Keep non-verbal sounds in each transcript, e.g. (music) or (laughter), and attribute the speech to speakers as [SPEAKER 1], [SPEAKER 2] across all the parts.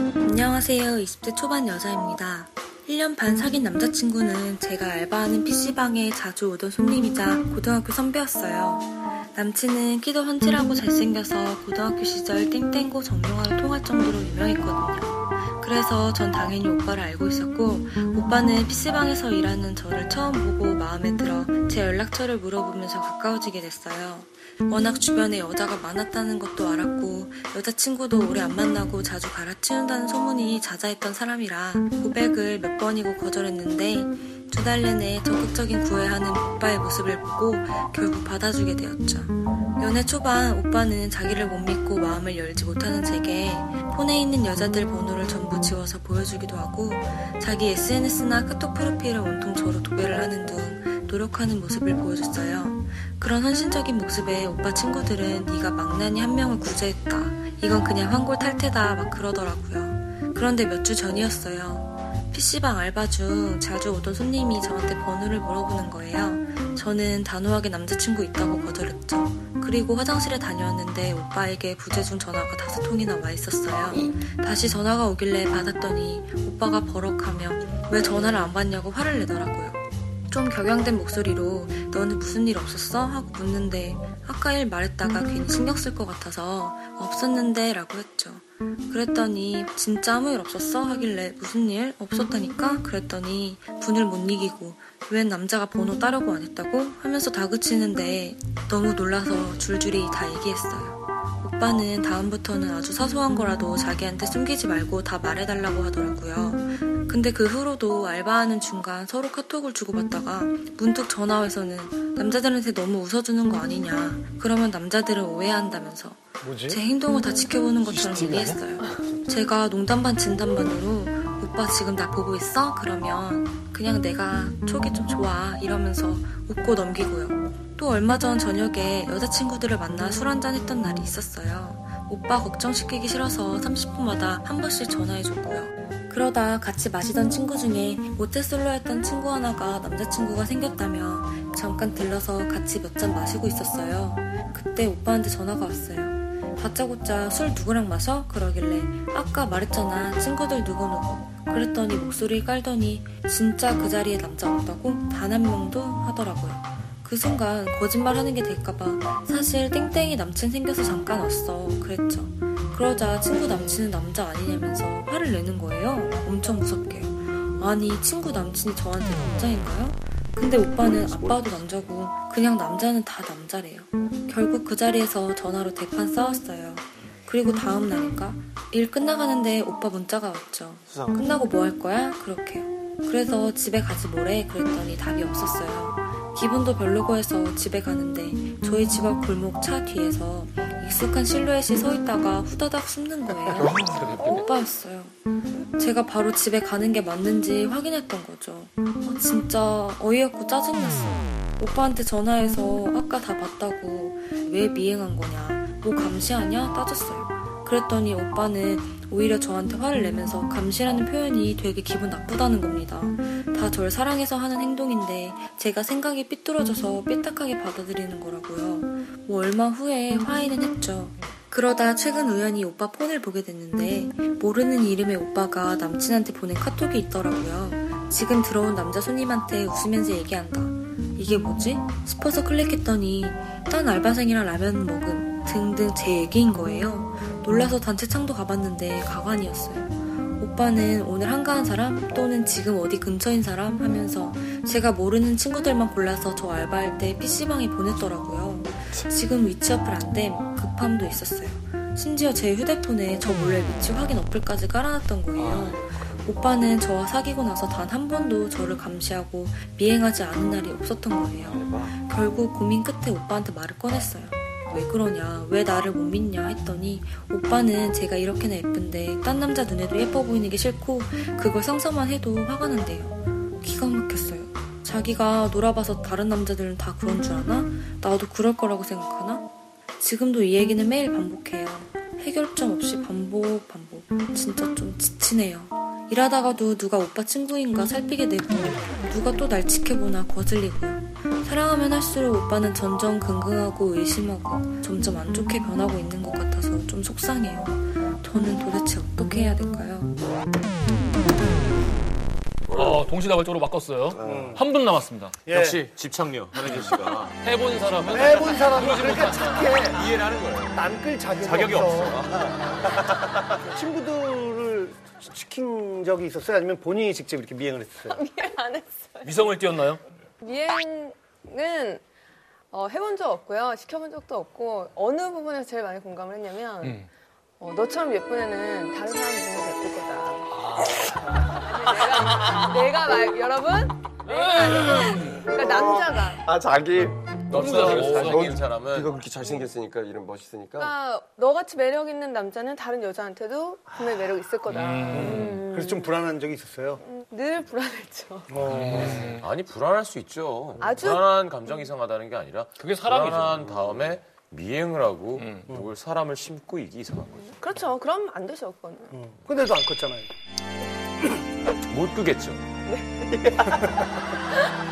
[SPEAKER 1] 안녕하세요. 20대 초반 여자입니다. 1년 반 사귄 남자친구는 제가 알바하는 PC방에 자주 오던 손님이자 고등학교 선배였어요. 남친은 키도 헌칠하고 잘생겨서 고등학교 시절 땡땡고 정용화로 통할 정도로 유명했거든요. 그래서 전 당연히 오빠를 알고 있었고, 오빠는 PC방에서 일하는 저를 처음 보고 마음에 들어 제 연락처를 물어보면서 가까워지게 됐어요. 워낙 주변에 여자가 많았다는 것도 알았고 여자친구도 오래 안 만나고 자주 갈아치운다는 소문이 자자했던 사람이라 고백을 몇 번이고 거절했는데 두 달 내내 적극적인 구애하는 오빠의 모습을 보고 결국 받아주게 되었죠. 연애 초반 오빠는 자기를 못 믿고 마음을 열지 못하는 제게 폰에 있는 여자들 번호를 전부 지워서 보여주기도 하고 자기 SNS나 카톡 프로필을 온통 저로 도배를 하는 둥 노력하는 모습을 보여줬어요. 그런 헌신적인 모습에 오빠 친구들은 네가 망나니 한 명을 구제했다. 이건 그냥 환골 탈퇴다 막 그러더라고요. 그런데 몇 주 전이었어요. PC방 알바 중 자주 오던 손님이 저한테 번호를 물어보는 거예요. 저는 단호하게 남자친구 있다고 거절했죠. 그리고 화장실에 다녀왔는데 오빠에게 부재중 전화가 다섯 통이나 와 있었어요. 다시 전화가 오길래 받았더니 오빠가 버럭하며 왜 전화를 안 받냐고 화를 내더라고요. 좀 격양된 목소리로 너는 무슨 일 없었어? 하고 묻는데 아까 일 말했다가 괜히 신경 쓸 것 같아서 없었는데 라고 했죠. 그랬더니 진짜 아무 일 없었어? 하길래 무슨 일? 없었다니까? 그랬더니 분을 못 이기고 웬 남자가 번호 따려고 안 했다고? 하면서 다그치는데 너무 놀라서 줄줄이 다 얘기했어요. 오빠는 다음부터는 아주 사소한 거라도 자기한테 숨기지 말고 다 말해달라고 하더라고요. 근데 그 후로도 알바하는 중간 서로 카톡을 주고받다가 문득 전화해서는 남자들한테 너무 웃어주는 거 아니냐. 그러면 남자들은 오해한다면서
[SPEAKER 2] 뭐지?
[SPEAKER 1] 제 행동을 다 지켜보는 것처럼
[SPEAKER 2] CCTV 아니야?
[SPEAKER 1] 얘기했어요. 제가 농담 반 진담 반으로 오빠 지금 나 보고 있어? 그러면 그냥 내가 촉이 좀 좋아 이러면서 웃고 넘기고요. 또 얼마 전 저녁에 여자친구들을 만나 술 한잔 했던 날이 있었어요. 오빠 걱정시키기 싫어서 30분마다 한 번씩 전화해줬고요. 그러다 같이 마시던 친구 중에 모태솔로 했던 친구 하나가 남자친구가 생겼다며 잠깐 들러서 같이 몇 잔 마시고 있었어요. 그때 오빠한테 전화가 왔어요. 다짜고짜 술 누구랑 마셔? 그러길래 아까 말했잖아 친구들 누구누구 그랬더니 목소리 깔더니 진짜 그 자리에 남자 없다고 단 한 명도 하더라고요. 그 순간 거짓말 하는 게 될까봐 사실 땡땡이 남친 생겨서 잠깐 왔어 그랬죠. 그러자 친구 남친은 남자 아니냐면서 화를 내는 거예요. 엄청 무섭게. 아니 친구 남친이 저한테 남자인가요? 근데 오빠는 아빠도 남자고 그냥 남자는 다 남자래요. 결국 그 자리에서 전화로 대판 싸웠어요. 그리고 다음 날인가 일 끝나가는데 오빠 문자가 왔죠.
[SPEAKER 2] 수상.
[SPEAKER 1] 끝나고 뭐 할 거야? 그렇게. 그래서 집에 가지 뭐래? 그랬더니 답이 없었어요. 기분도 별로고 해서 집에 가는데 저희 집 앞 골목 차 뒤에서 익숙한 실루엣이 서 있다가 후다닥 숨는
[SPEAKER 2] (laughs)
[SPEAKER 1] 거예요. 오빠였어요. 제가 바로 집에 가는 게 맞는지 확인했던 거죠. 아, 진짜 어이없고 짜증났어요. 오빠한테 전화해서 아까 다 봤다고 왜 미행한 거냐, 뭐 감시하냐 따졌어요. 그랬더니 오빠는 오히려 저한테 화를 내면서 감시라는 표현이 되게 기분 나쁘다는 겁니다. 다 절 사랑해서 하는 행동인데 제가 생각이 삐뚤어져서 삐딱하게 받아들이는 거라고요. 뭐 얼마 후에 화해는 했죠. 그러다 최근 우연히 오빠 폰을 보게 됐는데 모르는 이름의 오빠가 남친한테 보낸 카톡이 있더라고요. 지금 들어온 남자 손님한테 웃으면서 얘기한다. 이게 뭐지? 싶어서 클릭했더니 딴 알바생이랑 라면 먹음 등등 제 얘기인 거예요. 놀라서 단체창도 가봤는데 가관이었어요. 오빠는 오늘 한가한 사람 또는 지금 어디 근처인 사람 하면서 제가 모르는 친구들만 골라서 저 알바할 때 PC방에 보냈더라고요. 지금 위치 어플 안됨 급함도 있었어요. 심지어 제 휴대폰에 저 몰래 위치 확인 어플까지 깔아놨던 거예요. 오빠는 저와 사귀고 나서 단 한 번도 저를 감시하고 미행하지 않은 날이 없었던 거예요. 결국 고민 끝에 오빠한테 말을 꺼냈어요. 왜 그러냐, 왜 나를 못 믿냐 했더니 오빠는 제가 이렇게나 예쁜데 딴 남자 눈에도 예뻐 보이는 게 싫고 그걸 상상만 해도 화가 난대요. 기가 막혔어요. 자기가 놀아봐서 다른 남자들은 다 그런 줄 아나? 나도 그럴 거라고 생각하나? 지금도 이 얘기는 매일 반복해요. 해결점 없이 반복, 반복. 진짜 좀 지치네요. 일하다가도 누가 오빠 친구인가 살피게 되고, 누가 또 날 지켜보나 거슬리고요. 사랑하면 할수록 오빠는 점점 긍긍하고 의심하고 점점 안 좋게 변하고 있는 것 같아서 같아서 좀 속상해요. 저는 도대체 어떻게 해야 될까요?
[SPEAKER 2] 어, 동시다발적으로 바꿨어요. 한 분 남았습니다.
[SPEAKER 3] 예.
[SPEAKER 4] 역시 집착녀 현혜진 씨가
[SPEAKER 2] 해본 사람은
[SPEAKER 3] 해본 사람은
[SPEAKER 2] 그러지
[SPEAKER 3] 그러니까 착해.
[SPEAKER 4] 이해를 하는 거예요.
[SPEAKER 3] 남끌 자격이,
[SPEAKER 4] 자격이 없어.
[SPEAKER 3] (laughs) 친구들을 시킨 적이 있었어요? 아니면 본인이 직접 이렇게 미행을 했었어요?
[SPEAKER 5] 안 했어요.
[SPEAKER 2] 위성을 띄었나요?
[SPEAKER 5] 미행은 어, 해본 적 없고요. 시켜본 적도 없고 어느 부분에서 제일 많이 공감을 했냐면
[SPEAKER 2] 음.
[SPEAKER 5] 어, 너처럼 예쁜 애는 다른 사람이 보면 예쁠 거다. 아니, 내가, 내가 말, 여러분 그러니까 남자가
[SPEAKER 6] 아 자기
[SPEAKER 4] 너무
[SPEAKER 2] 어,
[SPEAKER 6] 잘생긴
[SPEAKER 4] 잘생긴
[SPEAKER 6] 네가
[SPEAKER 4] 사람은
[SPEAKER 6] 그렇게 잘생겼으니까 이름 멋있으니까
[SPEAKER 5] 그러니까 너같이 매력 있는 남자는 다른 여자한테도 분명히 매력 있을 거다. 음.
[SPEAKER 3] 그래서 좀 불안한 적이 있었어요?
[SPEAKER 5] 늘 불안했죠.
[SPEAKER 4] 아니 불안할 수 있죠.
[SPEAKER 5] 아주-
[SPEAKER 4] 불안한 감정이 상하다는 게 아니라
[SPEAKER 2] 그게 사람이죠. 음.
[SPEAKER 4] 불안한 다음에 미행을 하고 누굴 사람을 심고 이게 이상한 거죠.
[SPEAKER 5] 그렇죠. 그럼 안 되죠, 그거는.
[SPEAKER 3] 근데도 안 컸잖아요.
[SPEAKER 4] 못 끄겠죠.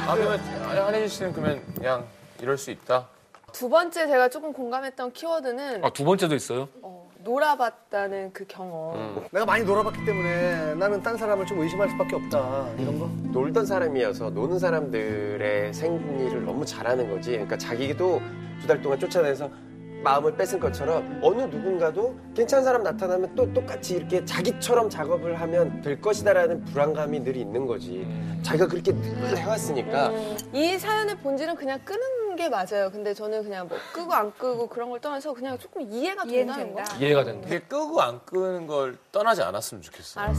[SPEAKER 4] 아 그러면 아니, 한혜진 씨는 그러면 그냥 이럴 수 있다.
[SPEAKER 5] 두 번째 제가 조금 공감했던 키워드는
[SPEAKER 2] 아, 두 번째도 있어요?
[SPEAKER 5] 어, 놀아봤다는 그 경험.
[SPEAKER 3] 내가 많이 놀아봤기 때문에 나는 딴 사람을 좀 의심할 수밖에 없다. 이런 거?
[SPEAKER 6] 놀던 사람이어서 노는 사람들의 생리를 너무 잘하는 거지. 그러니까 자기도 두 달 동안 쫓아내서 마음을 뺏은 것처럼 어느 누군가도 괜찮은 사람 나타나면 또 똑같이 이렇게 자기처럼 작업을 하면 될 것이다라는 불안감이 늘 있는 거지. 자기가 그렇게 늘 해왔으니까
[SPEAKER 2] 음.
[SPEAKER 5] 이 사연의 본질은 그냥 끄는 게 맞아요. 근데 저는 그냥 뭐 끄고 안 끄고 그런 걸 떠나서 그냥 조금 이해가 된다는 거.
[SPEAKER 2] 이해가 된다.
[SPEAKER 4] 이게 끄고 안 끄는 걸 떠나지 않았으면 좋겠어.
[SPEAKER 2] 아,
[SPEAKER 4] 요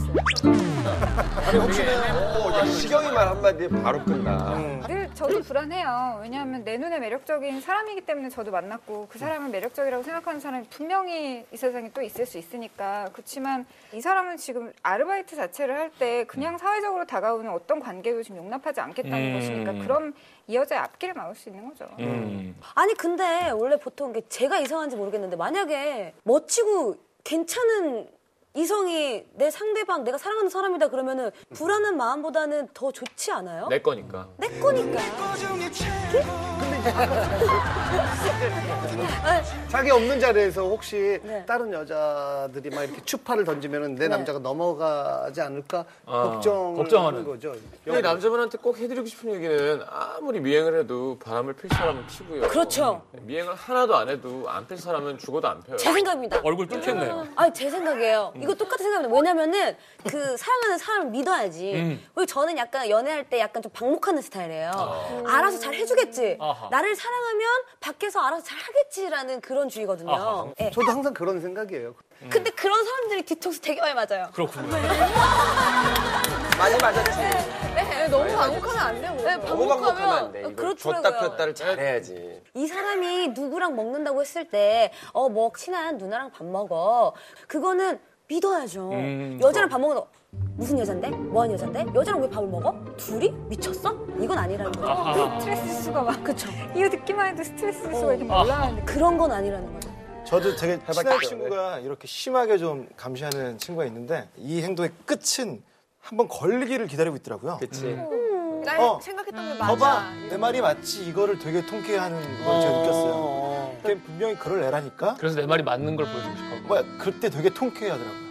[SPEAKER 5] 알았어요.
[SPEAKER 6] 어, 야, 시경이 말 한마디에 바로 끝나.
[SPEAKER 2] 음.
[SPEAKER 7] 늘 저도 불안해요. 왜냐하면 내 눈에 매력적인 사람이기 때문에 저도 만났고 그 사람을 매력적이라고 생각하는 사람이 분명히 이 세상에 또 있을 수 있으니까 그렇지만 이 사람은 지금 아르바이트 자체를 할 때 그냥 사회적으로 다가오는 어떤 관계도 지금 용납하지 않겠다는
[SPEAKER 2] 음.
[SPEAKER 7] 것이니까 그럼 이 여자의 앞길을 막을 수 있는 거죠.
[SPEAKER 2] 음.
[SPEAKER 8] 아니 근데 원래 보통 이게 제가 이상한지 모르겠는데 만약에 멋지고 괜찮은 이성이 내 상대방 내가 사랑하는 사람이다 그러면은 불안한 마음보다는 더 좋지 않아요?
[SPEAKER 4] 내 거니까.
[SPEAKER 8] 내 거니까.
[SPEAKER 3] 자기 없는 자리에서 혹시
[SPEAKER 8] 네.
[SPEAKER 3] 다른 여자들이 막 이렇게 추파를 던지면 내 남자가 넘어가지 않을까
[SPEAKER 2] 아,
[SPEAKER 3] 걱정을
[SPEAKER 2] 걱정하는.
[SPEAKER 3] 하는 거죠.
[SPEAKER 4] 근데 남자분한테 꼭 해드리고 싶은 얘기는 아무리 미행을 해도 바람을 필 사람은 피고요. 네,
[SPEAKER 8] 그렇죠.
[SPEAKER 4] 미행을 하나도 안 해도 안 필 사람은 죽어도 안 펴요.
[SPEAKER 8] 제 생각입니다.
[SPEAKER 2] 얼굴 뚫겠네요.
[SPEAKER 8] 아니 제 생각이에요.
[SPEAKER 2] 음.
[SPEAKER 8] 이거 똑같은 생각입니다. 왜냐면은 그 사랑하는 사람을 믿어야지.
[SPEAKER 2] 음.
[SPEAKER 8] 그리고 저는 약간 연애할 때 약간 좀 방목하는 스타일이에요. 알아서 잘 해주겠지.
[SPEAKER 2] 아하.
[SPEAKER 8] 나를 사랑하면 밖에서 알아서 잘 하겠지라는 그런 주의거든요.
[SPEAKER 2] 아하. 음.
[SPEAKER 8] 예.
[SPEAKER 3] 저도 항상 그런 생각이에요.
[SPEAKER 8] 근데 그런 사람들이 뒤통수 되게 많이 맞아요.
[SPEAKER 2] 그렇군요.
[SPEAKER 6] 많이 맞았지.
[SPEAKER 5] 네, 너무 반복하면 안 돼요. 네,
[SPEAKER 6] 너무 반복하면 안 돼.
[SPEAKER 8] 어,
[SPEAKER 6] 이거
[SPEAKER 8] 그렇더라고요.
[SPEAKER 6] 줬다 폈다를 잘해야지.
[SPEAKER 8] 이 사람이 누구랑 먹는다고 했을 때, 어, 뭐, 친한 누나랑 밥 먹어. 그거는 믿어야죠.
[SPEAKER 2] 음,
[SPEAKER 8] 여자랑 밥 먹는 거, 무슨 여잔데? 뭐하는 여잔데? 여자랑 왜 밥을 먹어? 둘이? 미쳤어? 이건 아니라는 거죠.
[SPEAKER 7] 스트레스 수가 막
[SPEAKER 8] 그쵸.
[SPEAKER 7] 이거 듣기만 해도 스트레스 수가 이렇게 막
[SPEAKER 8] 올라가는데 그런 건 아니라는 거죠.
[SPEAKER 9] 저도 되게 친한
[SPEAKER 6] 해봤기
[SPEAKER 9] 친구가 이렇게 심하게 좀 감시하는 친구가 있는데 이 행동의 끝은 한번 걸리기를 기다리고 있더라고요.
[SPEAKER 6] 그치.
[SPEAKER 5] 뭐. 나
[SPEAKER 9] 어.
[SPEAKER 5] 생각했던 게
[SPEAKER 9] 봐봐
[SPEAKER 5] 맞아.
[SPEAKER 9] 내 말이 맞지 이거를 되게 통쾌해하는 걸 제가 느꼈어요. 그때 분명히 그럴 애라니까.
[SPEAKER 2] 그래서 내 말이 맞는 걸 보여주고 싶어.
[SPEAKER 9] 뭐야 그때 되게 통쾌해하더라고요.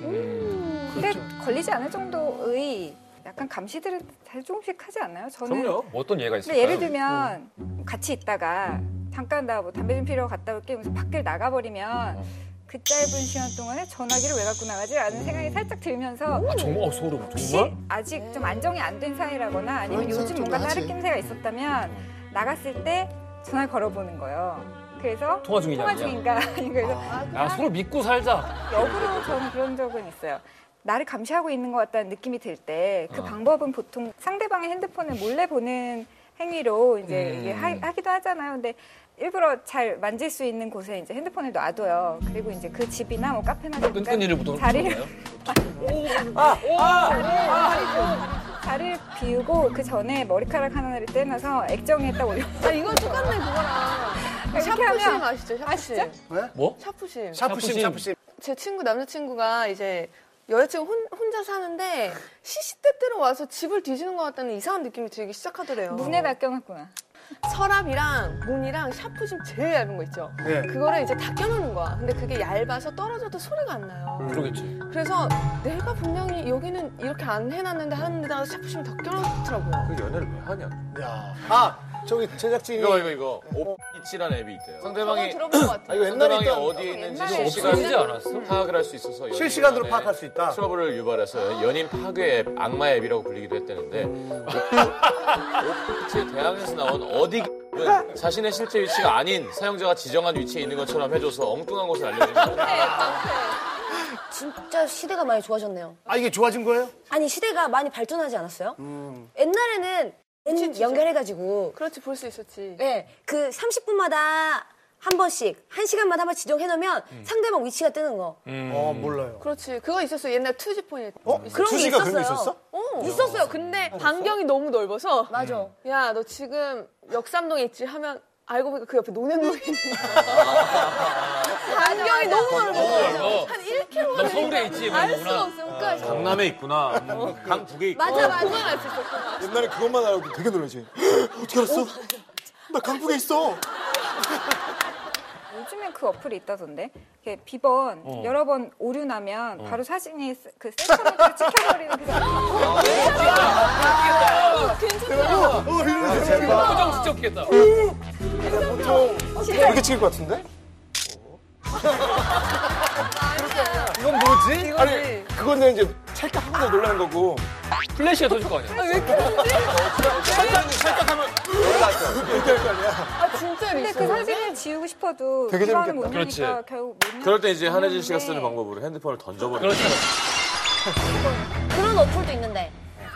[SPEAKER 7] 근데
[SPEAKER 4] 그렇죠.
[SPEAKER 7] 걸리지 않을 정도의 약간 감시들을 다 조금씩 하지 않나요? 저는
[SPEAKER 4] 그럼요.
[SPEAKER 2] 어떤 예가 있을까요?
[SPEAKER 7] 근데 예를 들면 같이 있다가 잠깐 나 뭐 담배 좀 피러 갔다 올게 하면서 밖을 나가버리면 그 짧은 시간 동안에 전화기를 왜 갖고 나가지? 라는 생각이 살짝 들면서
[SPEAKER 2] 아, 정말 어, 소름.
[SPEAKER 7] 혹시
[SPEAKER 2] 정말?
[SPEAKER 7] 아직 좀 안정이 안 된 사이라거나 아니면
[SPEAKER 9] 그런
[SPEAKER 7] 요즘
[SPEAKER 9] 생각도
[SPEAKER 7] 뭔가
[SPEAKER 9] 하지.
[SPEAKER 7] 다른 낌새가 있었다면 나갔을 때 전화를 걸어보는 거예요. 그래서
[SPEAKER 2] 통화 중이냐,
[SPEAKER 7] 통화
[SPEAKER 2] 아니냐?
[SPEAKER 7] 중인가? (laughs) 아니, 그래서
[SPEAKER 2] 야, 서로 믿고 살자.
[SPEAKER 7] 역으로 저는 그런 적은 있어요. 나를 감시하고 있는 것 같다는 느낌이 들 때 그
[SPEAKER 2] 어.
[SPEAKER 7] 방법은 보통 상대방의 핸드폰을 몰래 보는 행위로 이제
[SPEAKER 2] 음.
[SPEAKER 7] 이게 하, 기도 하잖아요. 근데 일부러 잘 만질 수 있는 곳에 이제 핸드폰을 놔둬요. 그리고 이제 그 집이나 뭐 카페나 잠깐
[SPEAKER 2] 끈끈이를 묻어놓고
[SPEAKER 7] 자리를
[SPEAKER 2] 있나요?
[SPEAKER 7] 자리를 비우고 그 전에 머리카락 하나를 떼놔서 액정에 딱 올려.
[SPEAKER 5] 아, 이건 똑같네, 그거랑.
[SPEAKER 7] 이렇게
[SPEAKER 5] 샤프심
[SPEAKER 7] 하면-
[SPEAKER 5] 아시죠? 샤프심.
[SPEAKER 2] 뭐?
[SPEAKER 5] 샤프심.
[SPEAKER 3] 샤프심, 샤프심.
[SPEAKER 5] 제 친구 남자친구가 이제 여자친구 혼, 혼자 사는데 시시때때로 와서 집을 뒤지는 것 같다는 이상한 느낌이 들기 시작하더래요.
[SPEAKER 7] 문에 다 껴놨구나.
[SPEAKER 5] 서랍이랑 몬이랑 샤프 좀 제일 얇은 거 있죠.
[SPEAKER 3] 예.
[SPEAKER 5] 그거를 이제 다 껴놓는 거야. 근데 그게 얇아서 떨어져도 소리가 안 나요.
[SPEAKER 3] 음.
[SPEAKER 2] 그러겠지.
[SPEAKER 5] 그래서 내가 분명히 여기는 이렇게 안 해놨는데 하는데다가 샤프심 더 껴놓더라고요.
[SPEAKER 4] 그 연애를 왜 하냐?
[SPEAKER 3] 야. 아 저기 제작진이
[SPEAKER 4] 이거 이거 이거 오피치란 앱이 있대요.
[SPEAKER 5] 저거
[SPEAKER 3] 상대방이
[SPEAKER 5] 들어본 것 같아요.
[SPEAKER 3] 아, 이거 옛날에
[SPEAKER 4] 상대방이
[SPEAKER 3] 있던
[SPEAKER 4] 어디에 있는지
[SPEAKER 5] 옛날에
[SPEAKER 4] 실시간
[SPEAKER 2] 없어지지 않았어?
[SPEAKER 4] 파악을 할 수 있어서
[SPEAKER 3] 실시간으로
[SPEAKER 4] 연예인 간의
[SPEAKER 3] 파악할 수 있다.
[SPEAKER 4] 트러블을 유발해서 연인 파괴 앱, 악마 앱이라고 불리기도 했다는데 오피치의 대항에서 나온 어디 은 자신의 실제 위치가 아닌 사용자가 지정한 위치에 있는 것처럼 해줘서 엉뚱한 곳을 알려주는
[SPEAKER 8] 진짜 시대가 많이 좋아졌네요.
[SPEAKER 3] 아 이게 좋아진 거예요?
[SPEAKER 8] 아니 시대가 많이 발전하지 않았어요? 옛날에는 렌 연결해가지고
[SPEAKER 5] 그렇지 볼 수 있었지.
[SPEAKER 8] 네, 그 30분마다 한 번씩, 한 시간마다 한 번 지정해놓으면 상대방 위치가 뜨는 거.
[SPEAKER 3] 어 몰라요.
[SPEAKER 5] 그렇지 그거 있었어 옛날 투지폰에.
[SPEAKER 9] 어?
[SPEAKER 8] 그런 게
[SPEAKER 9] 투시가 그런 게
[SPEAKER 8] 있었어요.
[SPEAKER 9] 있었어?
[SPEAKER 5] 어 있었어요. 근데 반경이 너무 넓어서
[SPEAKER 8] 맞아.
[SPEAKER 5] 야 너 지금 역삼동에 있지 하면 알고 보니까 그 옆에 논현동이 있는 거야. (laughs) 반경이 너무 넓어.
[SPEAKER 2] 넓어.
[SPEAKER 5] 한 1km.
[SPEAKER 2] 너 서울에 있지, 뭐, 이러는
[SPEAKER 5] 알 수가
[SPEAKER 2] 거구나.
[SPEAKER 5] 없어. 그러니까
[SPEAKER 4] 강남에 있구나. 음, 강북에 있구나.
[SPEAKER 5] 맞아 맞아. 그건 알수 있어. 그건 알수
[SPEAKER 9] 옛날에 그것만 알고 되게 놀라지. (gasps) 어떻게 알았어? 나 강북에 있어. 아,
[SPEAKER 7] 요즘엔 그 어플이 있다던데. 이렇게 비번
[SPEAKER 4] 어.
[SPEAKER 7] 여러 번 오류 나면 바로 사진이 스- 그 센터로 찍혀버리는 그 사람.
[SPEAKER 5] 있어. 괜찮아.
[SPEAKER 2] 표정 진짜 웃기겠다.
[SPEAKER 9] 이렇게 찍을 것 같은데?
[SPEAKER 3] 이건 뭐지?
[SPEAKER 9] 아니 그건 내가 이제 찰떡하고 놀란 거고.
[SPEAKER 2] 플래시가 터질 거 아니야.
[SPEAKER 9] 그
[SPEAKER 5] 아 진짜
[SPEAKER 7] 근데
[SPEAKER 5] 리스.
[SPEAKER 7] 그 사진을 지우고 싶어도
[SPEAKER 9] 되게
[SPEAKER 7] 비번을 못
[SPEAKER 2] 재밌겠다.
[SPEAKER 7] 내니까 결국 못
[SPEAKER 4] 그럴 때 이제 한혜진 씨가
[SPEAKER 7] 네.
[SPEAKER 4] 쓰는 방법으로 핸드폰을 던져버리는
[SPEAKER 2] 그렇지.
[SPEAKER 8] 그런 어플도 있는데.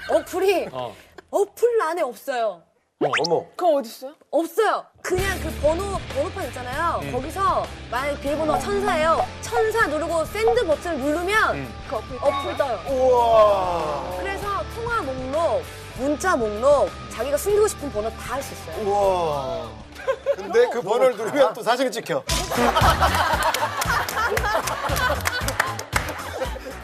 [SPEAKER 8] 어플이
[SPEAKER 2] 어.
[SPEAKER 8] 어플 안에 없어요.
[SPEAKER 6] 어머.
[SPEAKER 5] 그거 어디 있어요?
[SPEAKER 8] 없어요. 그냥 그 번호 번호판 있잖아요. 거기서 만약 비밀번호 가 천사예요. 천사 누르고 샌드 버튼 누르면 그 어플, 어플 떠요.
[SPEAKER 9] 우와.
[SPEAKER 8] 그래서 통화 목록, 문자 목록, 자기가 숨기고 싶은 번호 다 할 수 있어요.
[SPEAKER 9] 우와. 근데 그 번호를 누르면 또 사진이 찍혀.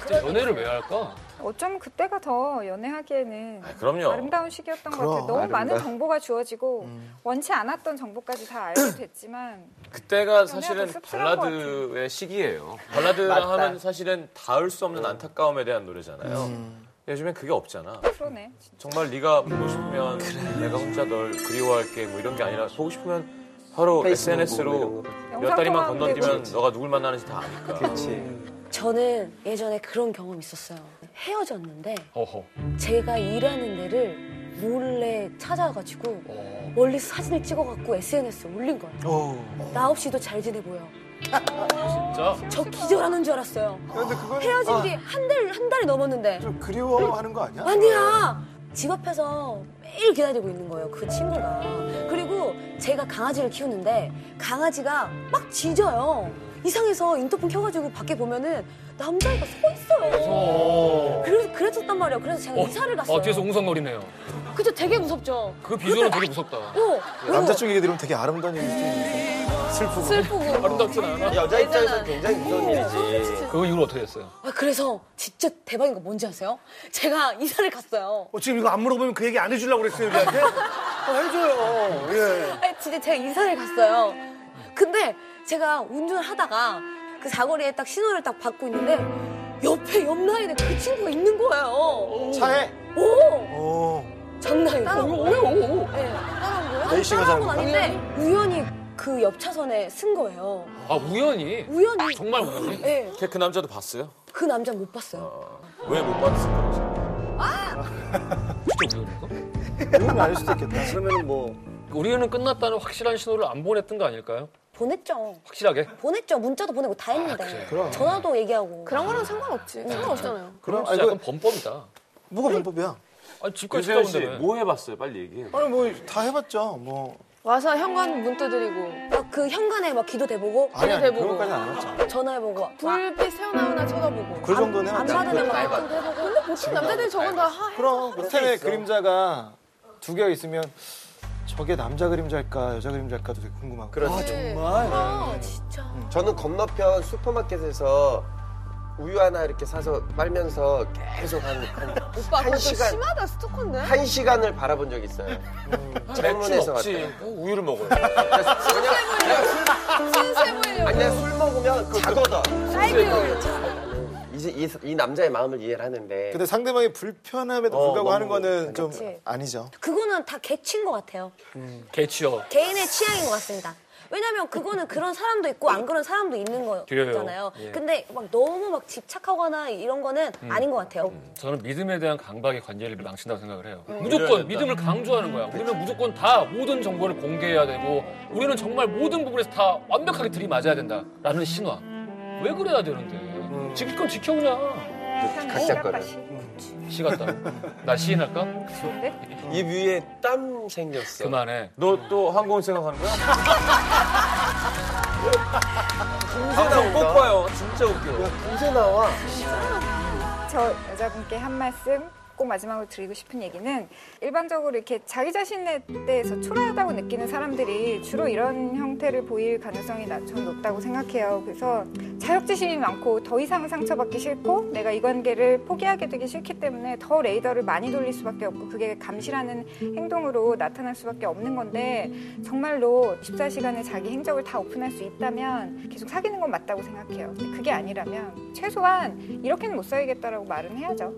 [SPEAKER 2] 진짜 연애를 왜 할까?
[SPEAKER 7] 어쩌면 그때가 더 연애하기에는
[SPEAKER 4] 그럼요.
[SPEAKER 7] 아름다운 시기였던 것 같아요. 너무 많은 정보가 주어지고
[SPEAKER 2] 음.
[SPEAKER 7] 원치 않았던 정보까지 다 알게 됐지만
[SPEAKER 4] 그때가 사실은
[SPEAKER 7] 연애가 더 씁쓸한
[SPEAKER 4] 발라드의 시기예요. 발라드라 하면 사실은 닿을 수
[SPEAKER 9] 음.
[SPEAKER 4] 없는 안타까움에 대한 노래잖아요. 요즘엔 그게 없잖아.
[SPEAKER 7] 그러네. 진짜.
[SPEAKER 4] 정말 네가 보고
[SPEAKER 9] 음,
[SPEAKER 4] 싶으면 내가 혼자 널 그리워할게 뭐 이런 게 아니라 보고 싶으면 바로
[SPEAKER 6] 페이스북 뭐
[SPEAKER 4] SNS로
[SPEAKER 6] 이런 거.
[SPEAKER 4] 몇 다리만
[SPEAKER 7] 영상 통화하면
[SPEAKER 4] 건너뛰면
[SPEAKER 7] 되고.
[SPEAKER 4] 너가 누굴 만나는지 다 아니까.
[SPEAKER 6] 그렇지.
[SPEAKER 8] 저는 예전에 그런 경험 이 있었어요. 헤어졌는데
[SPEAKER 2] 어허.
[SPEAKER 8] 제가 일하는 데를 몰래 찾아가지고 멀리서 사진을 찍어갖고 SNS에 올린 거예요. 나 없이도 잘 지내 보여.
[SPEAKER 2] 진짜?
[SPEAKER 8] 저 기절하는 줄 알았어요.
[SPEAKER 9] 근데 그건
[SPEAKER 8] 헤어진 지 한 달, 한 달이 넘었는데.
[SPEAKER 9] 좀 그리워하는 거 아니야?
[SPEAKER 8] 아니야! 집 앞에서 매일 기다리고 있는 거예요, 그 친구가. 그리고 제가 강아지를 키우는데 강아지가 막 짖어요. 이상해서 인터폰 켜가지고 밖에 보면은 남자애가 서 있어요.
[SPEAKER 2] 어.
[SPEAKER 8] 그래, 그랬었단 말이에요. 그래서 제가
[SPEAKER 2] 어,
[SPEAKER 9] 아,
[SPEAKER 8] 이사를 갔어요.
[SPEAKER 2] 어, 뒤에서 웅성거리네요.
[SPEAKER 8] 그죠? 되게 무섭죠?
[SPEAKER 2] 그 비주얼은 되게 무섭다.
[SPEAKER 8] 어,
[SPEAKER 9] 남자 쪽 얘기 들으면 되게 아름다운 얘기일 수도 있고 슬프고.
[SPEAKER 5] 슬프고.
[SPEAKER 2] 아름답진 않아.
[SPEAKER 6] 여자 입장에서 굉장히 무서운 일이지.
[SPEAKER 2] 그 이후로 어떻게 됐어요?
[SPEAKER 8] 아, 그래서 진짜 대박인 거 뭔지 아세요? 제가 이사를 갔어요.
[SPEAKER 3] 어, 지금 이거 안 물어보면 그 얘기 안 해주려고 그랬어요 우리한테? 어, 해줘요. 예.
[SPEAKER 8] 아니, 진짜 제가 이사를 갔어요. 근데 제가 운전을 하다가 그 사거리에 딱 신호를 딱 받고 있는데 옆에 옆라인에 그 친구가 있는 거예요. 오!
[SPEAKER 9] 차에. 오.
[SPEAKER 8] 장난이
[SPEAKER 2] 오, 오.
[SPEAKER 8] 네, 따라온 거예요?
[SPEAKER 9] 레이싱
[SPEAKER 8] 따라온
[SPEAKER 9] 하자는
[SPEAKER 8] 건 아닌데 우연히 그 옆 차선에 쓴 거예요.
[SPEAKER 2] 아, 우연히.
[SPEAKER 8] 우연히.
[SPEAKER 2] 아, 정말 우연히.
[SPEAKER 8] 네,
[SPEAKER 4] 걔 그 남자도 봤어요?
[SPEAKER 8] 그 남자 못 봤어요.
[SPEAKER 4] 왜 못 봤을까?
[SPEAKER 2] 진짜 우연인가?
[SPEAKER 9] 이건 아닐 음, 수도 있겠다.
[SPEAKER 3] 그러면 뭐
[SPEAKER 2] 우리는 끝났다는 확실한 신호를 안 보냈던 거 아닐까요?
[SPEAKER 8] 보냈죠.
[SPEAKER 2] 확실하게.
[SPEAKER 8] 보냈죠. 문자도 보내고 다 했는데.
[SPEAKER 9] 아, 그럼.
[SPEAKER 8] 전화도 얘기하고.
[SPEAKER 5] 그런 거랑 상관없지. 상관없잖아요.
[SPEAKER 2] 그럼
[SPEAKER 9] 아,
[SPEAKER 2] 진짜
[SPEAKER 9] 이거-
[SPEAKER 2] 약간 범법이다.
[SPEAKER 9] 뭐가 방법이야?
[SPEAKER 2] 아니, 집까지
[SPEAKER 4] 유재현
[SPEAKER 2] 찾아온다.
[SPEAKER 4] 씨,
[SPEAKER 2] 왜.
[SPEAKER 4] 뭐 해봤어요? 빨리 얘기해요.
[SPEAKER 9] 아니 뭐 다 해봤죠. 뭐
[SPEAKER 5] 와서 현관 문 두드리고
[SPEAKER 8] 막 그 현관에 막 기도 대보고
[SPEAKER 9] 아니 아니
[SPEAKER 5] 대보고.
[SPEAKER 9] 그런까지 안 해봤죠.
[SPEAKER 8] 전화해보고 막
[SPEAKER 2] 아.
[SPEAKER 5] 불빛 새어나오나 쳐다보고.
[SPEAKER 9] 그 정도는
[SPEAKER 8] 안
[SPEAKER 9] 해봤죠.
[SPEAKER 8] 받으면 막 어떤 해보고. 근데
[SPEAKER 5] 보통 남자들이 저건 다 하.
[SPEAKER 9] 그럼 스탠의 그림자가 두 개가 있으면 저게 남자 그림자일까 여자 그림자일까도 되게
[SPEAKER 6] 아,
[SPEAKER 9] 궁금하고.
[SPEAKER 6] 그렇지.
[SPEAKER 5] 정말.
[SPEAKER 6] 저는 건너편 슈퍼마켓에서 우유 하나 이렇게 사서 빨면서 계속 한,
[SPEAKER 4] (laughs)
[SPEAKER 6] 한,
[SPEAKER 5] 오빠
[SPEAKER 6] 한
[SPEAKER 5] 그것도
[SPEAKER 6] 시간.
[SPEAKER 5] 심하다 스토커인데.
[SPEAKER 6] 한 시간을 바라본 적이 있어요.
[SPEAKER 4] 음. 맥주
[SPEAKER 6] 창문에서
[SPEAKER 4] 없지. 우유를 먹어요.
[SPEAKER 5] 신세 보이려고.
[SPEAKER 6] 아니,
[SPEAKER 4] 음.
[SPEAKER 6] 내가 술 먹으면 자거든.
[SPEAKER 5] 딸기 우유.
[SPEAKER 6] 이제 이, 이 남자의 마음을 이해를 하는데.
[SPEAKER 9] 근데 상대방이 불편함에도
[SPEAKER 6] 어,
[SPEAKER 9] 불구하고
[SPEAKER 6] 너무
[SPEAKER 9] 하는 거는 좀
[SPEAKER 8] 그치.
[SPEAKER 9] 아니죠.
[SPEAKER 8] 그거는 다 개취인 것 같아요.
[SPEAKER 2] 개취업.
[SPEAKER 8] 개인의 취향인 것 같습니다. 왜냐면 그거는 그런 사람도 있고 안 그런 사람도 있는
[SPEAKER 2] 그래요. 예.
[SPEAKER 8] 거잖아요. 근데 막 너무 막 집착하거나 이런 거는
[SPEAKER 2] 음.
[SPEAKER 8] 아닌 것 같아요.
[SPEAKER 2] 저는 믿음에 대한 강박의 관계를 망친다고 생각을 해요. 무조건 믿음을 강조하는 거야. 우리는 무조건 다 모든 정보를 공개해야 되고 우리는 정말 모든 부분에서 다 완벽하게 들이맞아야 된다라는 신화. 왜 그래야 되는데?
[SPEAKER 9] 음.
[SPEAKER 2] 지킬 건 지켜오냐.
[SPEAKER 4] 그
[SPEAKER 6] 각자 거를.
[SPEAKER 2] 시 같다. 나 시인할까?
[SPEAKER 7] 네?
[SPEAKER 6] 입 위에 땀 생겼어.
[SPEAKER 2] 그만해.
[SPEAKER 4] 너 또 항공 생각하는 거야?
[SPEAKER 6] 나온다.
[SPEAKER 4] 항상 꼭 봐요. 진짜 웃겨.
[SPEAKER 6] 금세 나와.
[SPEAKER 7] 저 여자분께 한 말씀 꼭 마지막으로 드리고 싶은 얘기는 일반적으로 이렇게 자기 자신에 대해서 초라하다고 느끼는 사람들이 주로 이런 형태를 보일 가능성이 나- 전 높다고 생각해요. 그래서 자격지심이 많고 더 이상 상처받기 싫고 내가 이 관계를 포기하게 되기 싫기 때문에 더 레이더를 많이 돌릴 수밖에 없고 그게 감시라는 행동으로 나타날 수밖에 없는 건데 정말로 14시간에 자기 행적을 다 오픈할 수 있다면 계속 사귀는 건
[SPEAKER 2] 음.
[SPEAKER 7] 맞다고 생각해요. 근데 그게 아니라면 최소한 이렇게는 못 사귀겠다라고 말은 해야죠.